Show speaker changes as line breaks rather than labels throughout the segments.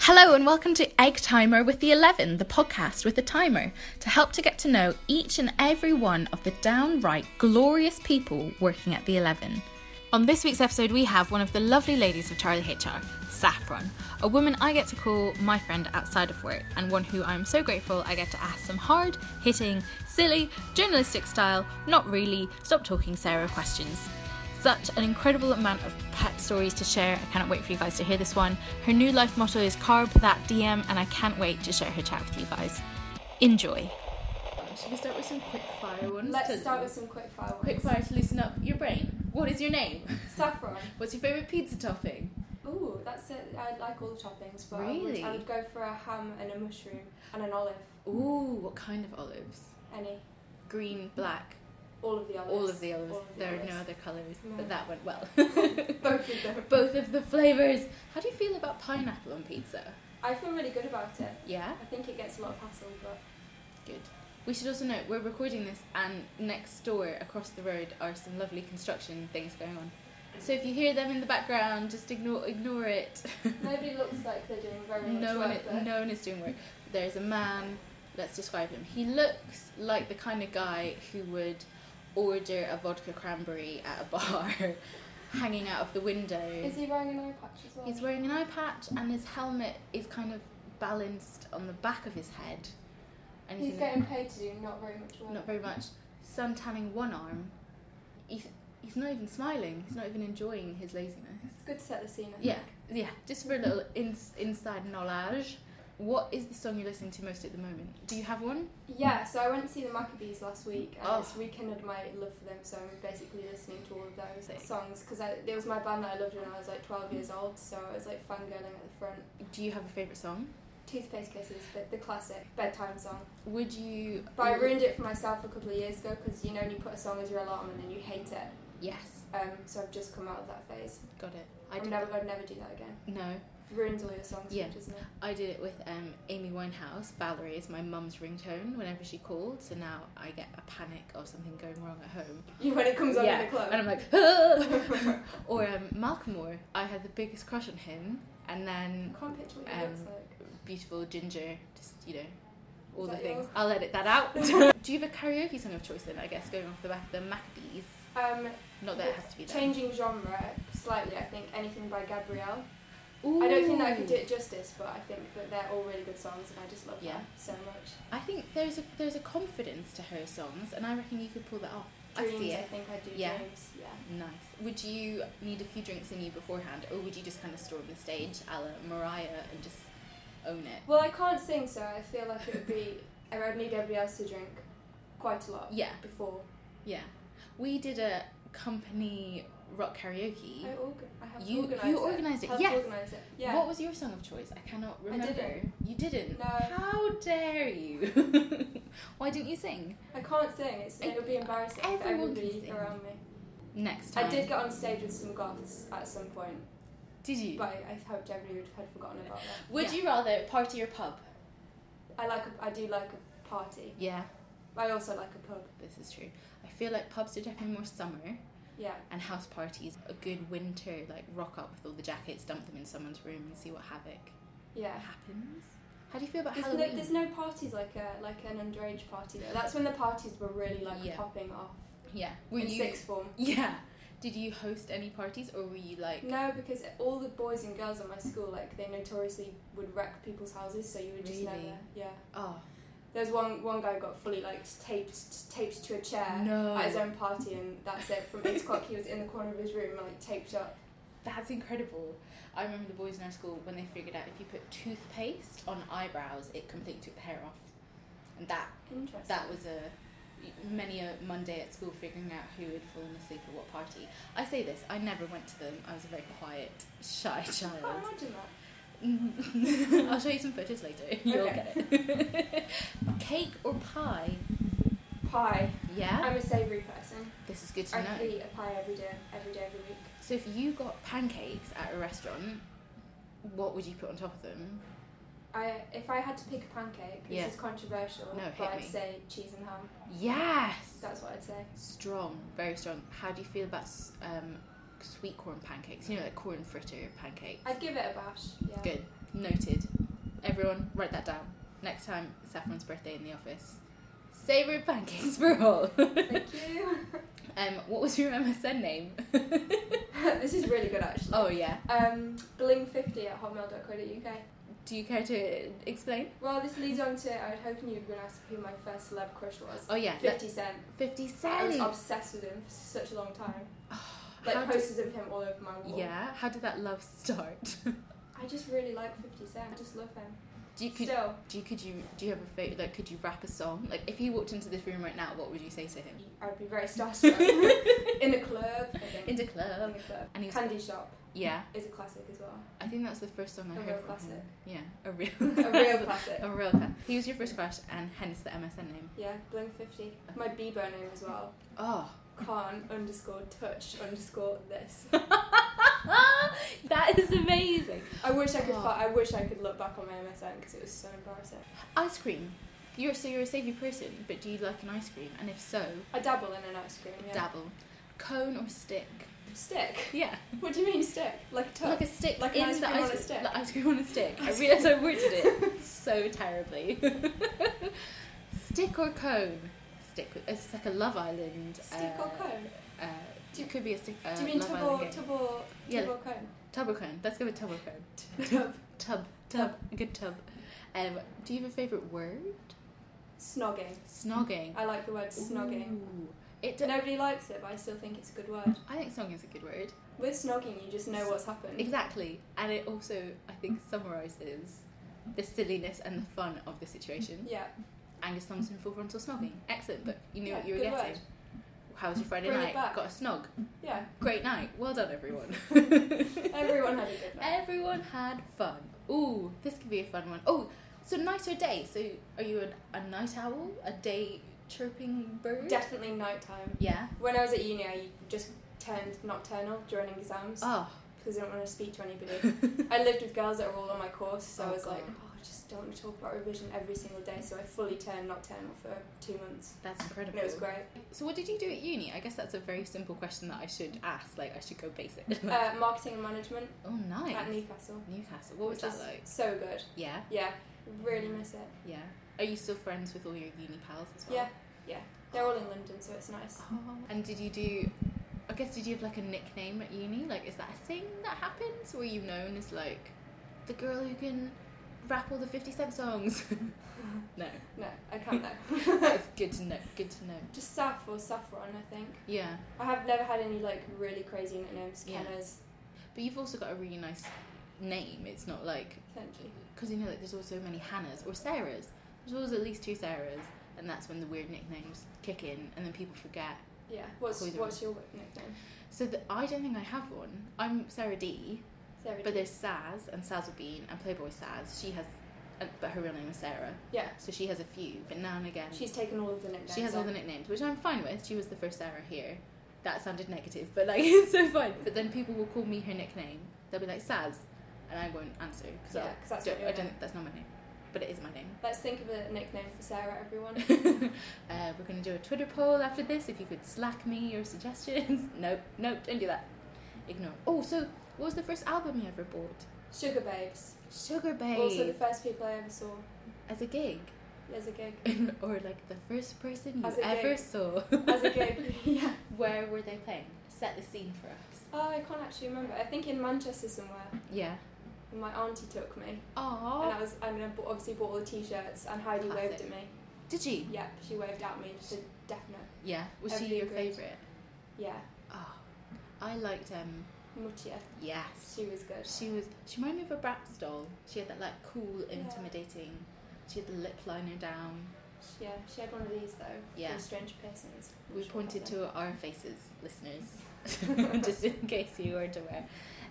Hello and welcome to Egg Timer with the 11, the podcast with a timer to help to get to know each and every one of the downright glorious people working at the 11. On this week's episode, we have one of the lovely ladies of Charlie HR, Saffron, a woman I get to call my friend outside of work, and one who I'm so grateful I get to ask some hard, hitting, silly, journalistic style, not really, stop talking Sarah questions. Such an incredible amount of pet stories to share. I cannot wait for you guys to hear this one. Her new life motto is carb that DM, and I can't wait to share her chat with you guys. Enjoy. Should we start with some quick fire ones?
Let's start with some quick fire ones.
quick fire to loosen up your brain. What is your name?
Saffron.
What's your favourite pizza topping?
Ooh, that's it. I like all the toppings, but
Really?
I, would, I would go for a ham and a mushroom and an olive.
Ooh, what kind of olives?
Any.
Green, black,
All of the olives.
all of the olives.
All of the
there are
olives.
no other colours,
No.
but that went well.
Both of them.
Both of the flavours. How do you feel about pineapple on pizza?
I feel really good about it.
Yeah?
I think it gets a lot of hassle, but
Good. We should also note we're recording this, and next door across the road are some lovely construction things going on. So if you hear them in the background, just ignore ignore it.
nobody looks like they're doing very much
no one,
work there.
no one is doing work. There's a man. Let's describe him. He looks like the kind of guy who would order a vodka cranberry at a bar, hanging out of the window.
Is he wearing an eye patch as well?
He's wearing an eye patch, and his helmet is kind of balanced on the back of his head. And
He's
in a-
getting paid to do not very much work.
not very much. Sun tanning one arm. He's he's not even smiling. He's not even enjoying his laziness.
It's good to set the scene, I
Yeah,
think.
yeah. Just for a little ins inside knowledge. What is the song you're listening to most at the moment? Do you have one?
Yeah, so I went to see the Maccabees last week, and
Oh.
it's rekindled my love for them. So I'm basically listening to all of those
Sick.
songs because there was my band that I loved when I was like 12 years old. So I was like fangirling at the front.
Do you have a favorite soombecause
Toothpaste Kisses, the, the classic bedtime song.
Would you?
But I ruined it for myself a couple of years ago because you know when you put a song as your alarm and then you hate it.
Yes,
Um, so I've just come out of that phase.
got it. I
I
did.
am never, I'd never do that again.
No,
Ruins all your songs,
Yeah.
doesn't it?
I did it with um, Amy Winehouse. Valerie is my mum's ringtone whenever she called. So now I get a panic of something going wrong at home.
You when it comes on
Yeah,
in the club.
and I'm like, "Ah!" or um, Malcolm Moore. I had the biggest crush on him, and then
I can't picture what he
Um,
looks like.
beautiful ginger, just you know, all
Is
the
that
things.
yours?
I'll edit that out. Do you have a karaoke song of choice then? I guess going off the back of the Maccabees.
Um,
Not that it has to be that.
changing genre slightly, I think anything by Gabrielle. I don't think that I could do it justice, but I think that they're all really good songs, and I just love
Yeah.
them so much.
I think there's a there's a confidence to her songs, and I reckon you could pull that off. I
Dreams,
see it.
think I do.
Yeah.
Dreams, yeah.
Nice. Would you need a few drinks in you beforehand, or would you just kind of storm the stage, a la Mariah, and just own it?
Well, I can't sing, so I feel like it would be. I would need everybody else to drink quite a lot
Yeah.
before.
Yeah, we did a company rock karaoke.
I, organ- I helped
You-
organise
you
it.
organised it,
Helped
yes.
organise it. Yeah.
What was your song of choice? I cannot remember.
didn't.
You didn't.
No.
How dare you? Why didn't you sing?
I can't sing. It's,
I-
it would be embarrassing for
everyone can
everybody
sing.
around me.
Next
I
time.
did get on stage with some goths at some point,
Did you?
but I, I hoped everybody would had forgotten about that.
Would
Yeah.
you rather party or pub?
I like. A, I do like a party.
Yeah,
I also like a pub.
this is true. I feel like pubs are definitely more summer,
Yeah.
and house parties a good winter. Like rock up with all the jackets, dump them in someone's room, and see what havoc
Yeah.
happens. How do you feel about
There's no,
Halloween?
there's no parties like a like an underage party though. That's when the parties were really like
Yeah.
popping off
yeah. Were
in
you?
sixth form.
Yeah. Did you host any parties, or were you like?
No, because all the boys and girls at my school like they notoriously would wreck people's houses, so you would just
Really?
never. Yeah.
Oh
There's one one guy got fully like taped taped to a chair
no.
at his own party, and that's it. From eight o'clock, he was in the corner of his room like taped up.
That's incredible. I remember the boys in our school when they figured out if you put toothpaste on eyebrows, it completely took the hair off, and that
Interesting.
that was a many a Monday at school figuring out who had fallen asleep at what party. I say this, I never went to them. I was a very quiet, shy
I can't
child.
imagine that.
I'll show you some photos later. You'll
Okay.
get it. Cake or pie?
Pie.
Yeah.
I'm a savoury person.
This is good to
I
know.
could eat a pie every day, every day, every week.
So if you got pancakes at a restaurant, what would you put on top of them?
I, if I had to pick a pancake, this
Yeah.
is controversial,
No, hit
but I'd
me.
say cheese and ham.
Yes.
That's what I'd say.
Strong, very strong. How do you feel about s- um, sweet corn pancakes? You know, like corn fritter pancakes.
I'd give it a bash. Yeah.
Good. Noted. Everyone, write that down. Next time, Saffron's birthday in the office. Savoury pancakes for all.
Thank you.
um, what was your MSN name?
this is really good actually.
oh yeah.
Um, bling50 at hotmail.co.uk.
Do you care to explain?
Well, this leads on to I was hoping you were going to ask who my first celeb crush was.
Oh yeah. let-
50 Cent.
Fifty
I was
Cent.
obsessed with him for such a long time.
Oh, How
Like
did-
posters of him all over my wall.
yeah. How did that love start?
I just really like 50 Cent. I just love him.
do you could
Still,
do you could you do you have a favorite? Like, could you rap a song? Like, if he walked into this room right now, what would you say to him?
I'd be very starstruck. in the club. I think.
In the
In
club.
the club.
And he's
Candy Shop
yeah.
is a classic as well.
I think that's the first song I
A
heard
real
from
classic.
him. Yeah, a real,
A real classic.
a real classic. He was your first crush, and hence the MSN name.
Yeah, Bling50. My Bieber name as well.
Oh,
Con underscore touch underscore this.
that is amazing.
I wish I could.
Oh.
Fi- I wish I could look back on my MSN because it was so embarrassing.
Ice cream. You're so you're a savvy person, but do you like an ice cream? And if so,
I dabble in an ice cream. Yeah.
dabble. Cone or stick?
Stick.
Yeah,
What do you mean stick? Like a tub?
like a stick.
Like an
in
ice
the
cream on
ice
a stick.
Like ice cream on a stick. I
Ice
realised I worded it so terribly. stick or cone? Stick. It's like a Love Island.
stick
uh,
or cone?
Uh, it could be a stick. Uh,
do you mean
Love
tub
Island
or,
game.
tub or
Yeah.
tub or cone?
Tub or cone? Let's go with tub or cone.
Tub.
Tub, tub, a good tub. Um, do you have a favourite word?
Snogging.
Snogging.
I like the word snogging.
Ooh. It. do-
Nobody likes it, but I still think it's a good word.
I think snogging is a good word.
With snogging, you just know what's happened.
Exactly, and it also I think summarises the silliness and the fun of the situation.
Yeah.
Angus Thompson, full frontal snogging. Excellent book. You knew
Yeah,
what you were
good
getting. How was your Friday
Bring it
night?
back.
Got a snog.
Yeah.
Great night. Well done, everyone.
Everyone had a good night.
Everyone had fun. Ooh, this could be a fun one. Oh, so night or day? So are you an, a night owl, a day chirping bird?
Definitely nighttime.
yeah.
When I was at uni, I just turned nocturnal during exams
Oh,
because I didn't want to speak to anybody. I lived with girls that were all on my course, so
Oh,
I was like,
God.
oh, I just don't want to talk about revision every single day. So I fully turned nocturnal for two months,
that's
and
incredible.
it was great.
So what did you do at uni? I guess that's a very simple question that I should ask. Like I should go basic.
Uh, marketing and management
oh, nice.
at Newcastle.
Newcastle. What was
which
that
is
like? Mm.
So good.
Yeah,
Yeah, really miss it.
yeah. Are you still friends with all your uni pals as well?
Yeah, yeah. They're all in London, so it's nice.
Oh. And did you do? I guess did you have like a nickname at uni? Like, is that a thing that happens? Were you known as like the girl who can rap all the Fifty Cent songs? no,
No, I can't though.
that's good to know. Good to know.
Just Saf or Saffron, I think.
Yeah,
I have never had any like really crazy nicknames.
Yeah.
Kenners,
but you've also got a really nice name. It's not like
potentially.
because you know like there's also many Hannahs or Sarahs. There's always at least two Sarahs, and that's when the weird nicknames kick in, and then people forget.
Yeah. What's
Poison.
what's your nickname?
So the, I don't think I have one. I'm Sarah D.
Sarah
But
J.
there's Saz and Sazza Bean and Playboy Saz. She has, uh, but her real name is Sarah.
Yeah.
So she has a few, but now and again
She's taken all of the nicknames.
she has all
on.
the nicknames, which I'm fine with. She was the first Sarah here. That sounded negative, but like it's so fine. But then people will call me her nickname. They'll be like Saz, and I won't answer because
Yeah, 'cause that's
I
not
don't.
your
I don't
name.
that's not my name, but it is my name.
Let's think of a nickname for Sarah, everyone.
uh, we're going to do a Twitter poll after this. If you could slack me your suggestions. nope, nope, don't do that. Ignore. Oh, so what was the first album you ever bought?
Sugar Babes.
Sugar Babe.
Also, the first people I ever saw
as a gig
as a gig.
or like the first person you
As a
ever
gig.
saw
As a gig. yeah.
where were they playing set the scene for us
Oh, I can't actually remember. I think in Manchester somewhere.
yeah
And my auntie took me, and
oh
I was. I mean, I bought, obviously bought all the T-shirts, and Heidi
Classic.
waved at me.
did she
Yep, she waved at me. She said, "Definite."
yeah was she
Every
your
grade.
favorite
Yeah,
oh i liked um
Mutia.
yes
She was good.
she was she reminded me of a Bratz doll she had that like cool
Yeah.
intimidating she had the lip liner down
Yeah, she had one of these though.
Yeah.
from Strange Persons. I'm
we
sure
pointed
about
to our faces listeners just in case you weren't aware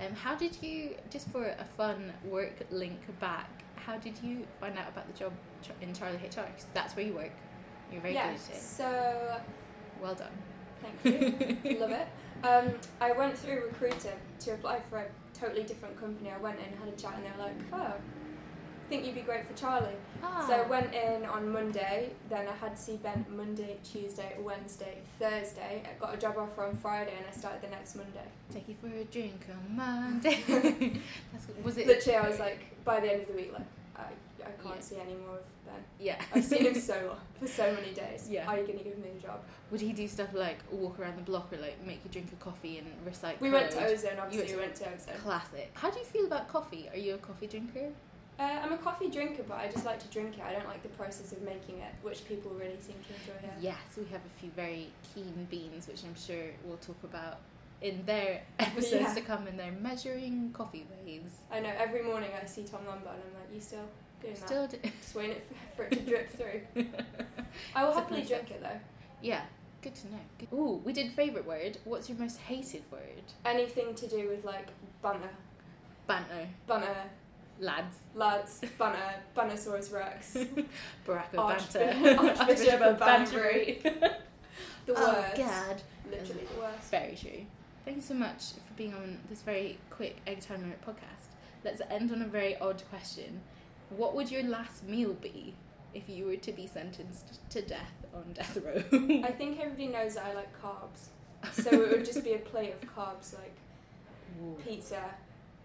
um, how did you just for a fun work link back how did you find out about the job ch- in charlie hr 'Cause that's where you work you're
that.
very
Yeah.
good at it
So
well done
thank you. Love it. Um, I went through recruiter to apply for a totally different company. I went in, had a chat, and they were like, "Oh, think you'd be great for Charlie.
Ah.
So I went in on Monday, then I had C bent Monday, Tuesday, Wednesday, Thursday. I got a job offer on Friday and I started the next Monday.
take you for a drink on Monday. That's good. Was it?
Literally, I was like, by the end of the week, like, I, I can't
Yeah.
see any more of Ben.
yeah.
I've seen him so long, for so many days.
Yeah.
Are you going to give me a job?
Would he do stuff like walk around the block or like make you drink a coffee and recite?
We went to
code?
Ozone, obviously, we went to Ozone.
Classic. How do you feel about coffee? Are you a coffee drinker?
Uh, I'm a coffee drinker, but I just like to drink it. I don't like the process of making it, which people really seem to enjoy here.
Yes, we have a few very keen beans, which I'm sure we'll talk about in their episodes
Yeah.
to come. And they're measuring coffee waves.
I know every morning I see Tom Lombard and I'm like, you still doing that?
Still, d-
Just waiting it for, for it to drip through. I will
It's a
happily
concept.
drink it though.
yeah. Good to know. Good. Ooh, we did favorite word. What's your most hated word?
Anything to do with like banner,
Banter,
banner,
lads.
lads, banner, Bannersaurus Rex,
Barack
Arch-
Obama.
Archbishop of Banbury. the
Oh
worst.
God.
Literally the worst.
Very true. Thank you so much for being on this very quick egg time limit podcast. Let's end on a very odd question. What would your last meal be if you were to be sentenced to death on death row?
I think everybody knows that I like carbs, so it would just be a plate of carbs like pizza,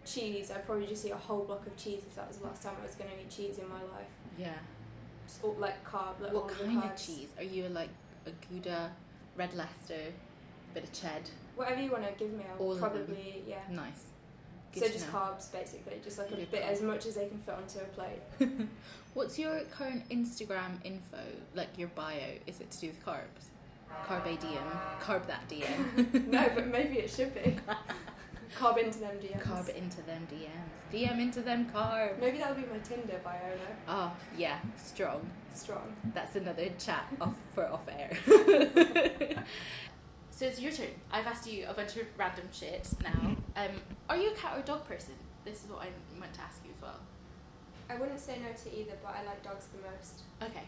cheese. I'd probably just eat a whole block of cheese if that was the last time I was going to eat cheese in my life.
yeah.
Just all, like carb, like all
What
the
kind of
carbs.
cheese? Are you like a Gouda, red Leicester, bit of ched?
Whatever you want to give me, I'll
All of them.
probably yeah.
Nice.
so
Good to
just
know.
carbs basically, just like a
Good
bit
carb.
as much as they can fit onto a plate.
What's your current Instagram info, like your bio? Is it to do with carbs? Carbe diem. Carb that diem.
no, but maybe it should be carb into them DMs.
Carb into them DMs. DM into them carb.
Maybe that'll be my Tinder bio. though.
Oh, yeah, strong.
Strong.
That's another chat off for off air. so it's your turn. I've asked you a bunch of random shit now. Um, are you a cat or dog person? This is what I meant to ask you as well.
I wouldn't say no to either, but I like dogs the most.
Okay,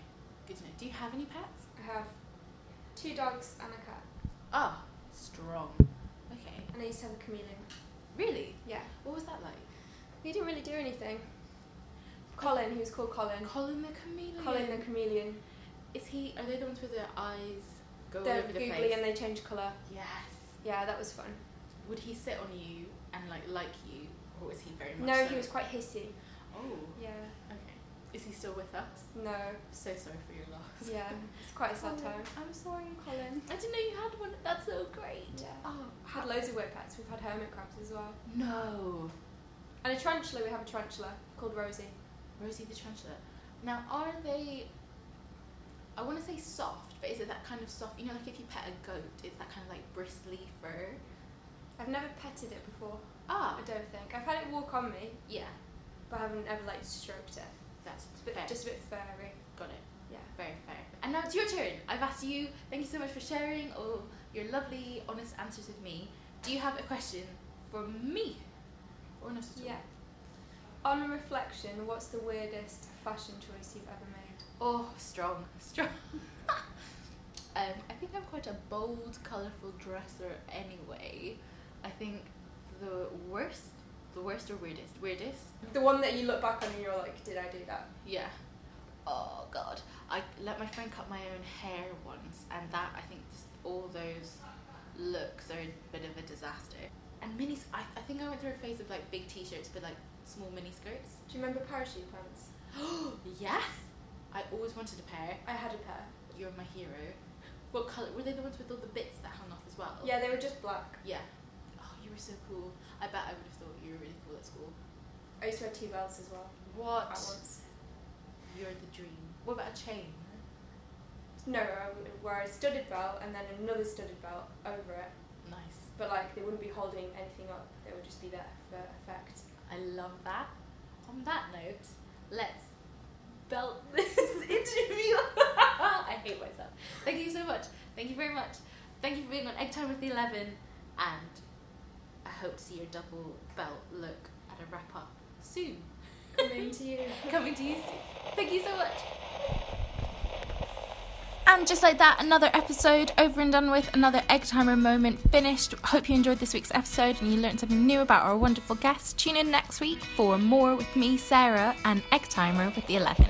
good to know. Do you have any pets?
I have two dogs and a cat,
Oh, strong. Okay.
and I used to have a chameleon.
Really?
Yeah,
What was that like?
he didn't really do anything. Colin, he was called Colin.
Colin the chameleon.
Colin the chameleon.
Is he? Are they the ones with their eyes go all
They're
over the
googly
place?
and they change colour.
yes.
Yeah, that was fun.
Would he sit on you and like like you, or was he very much?
No,
so-
he was quite hissy.
Oh,
Yeah.
okay. Is he still with us?
No.
So sorry for your loss.
Yeah. It's quite a sad time.
I'm sorry.
Colin.
I didn't know you had one. That's so great.
Yeah.
Oh
Had loads of weird pets. We've had hermit crabs as well.
no,
And a tarantula. We have a tarantula called Rosie.
Rosie the tarantula. Now, are they? I want to say soft, but is it that kind of soft? You know, like if you pet a goat, it's that kind of like bristly fur.
I've never petted it before.
Ah,
I don't think. I've had it walk on me,
yeah,
but I haven't ever like stroked it.
that's
It's a bit,
fair.
just a bit furry.
got it.
Yeah.
Very fair. And now it's your turn. I've asked you. Thank you so much for sharing all your lovely, honest answers with me. Do you have a question for me? Or not at all?
Yeah. On reflection, what's the weirdest fashion choice you've ever made?
Oh, strong, strong. um, I think I'm quite a bold, colourful dresser anyway. I think the worst, the worst or weirdest, weirdest.
The one that you look back on and you're like, did I do that?
Yeah. Oh god. I let my friend cut my own hair once and that I think just all those looks are a bit of a disaster. And mini I, I think I went through a phase of like big t-shirts but like small mini skirts.
Do you remember parachute pants?
yes. I always wanted a pair.
I had a pair.
You're my hero. What color? Were they the ones with all the bits that hung off as well?
Yeah, they were just black.
Yeah. Oh, you were so cool. I bet I would have thought you were really cool at school.
I used to wear two belts as well
What?
at once.
You're the dream. What about a chain?
No, I would wear a studded belt and then another studded belt over it,
Nice.
but like they wouldn't be holding anything up. They would just be there for effect.
I love that. On that note, let's belt this interview. I hate myself. Thank you so much. Thank you very much. Thank you for being on Egg Time with the Eleven, and I hope to see your double belt look at a wrap up soon.
Coming to you.
Coming to you soon. Thank you so much. And just like that, another episode over and done with, another egg timer moment finished. Hope you enjoyed this week's episode and you learned something new about our wonderful guest. Tune in next week for more with me, Sarah, and egg timer with the 11.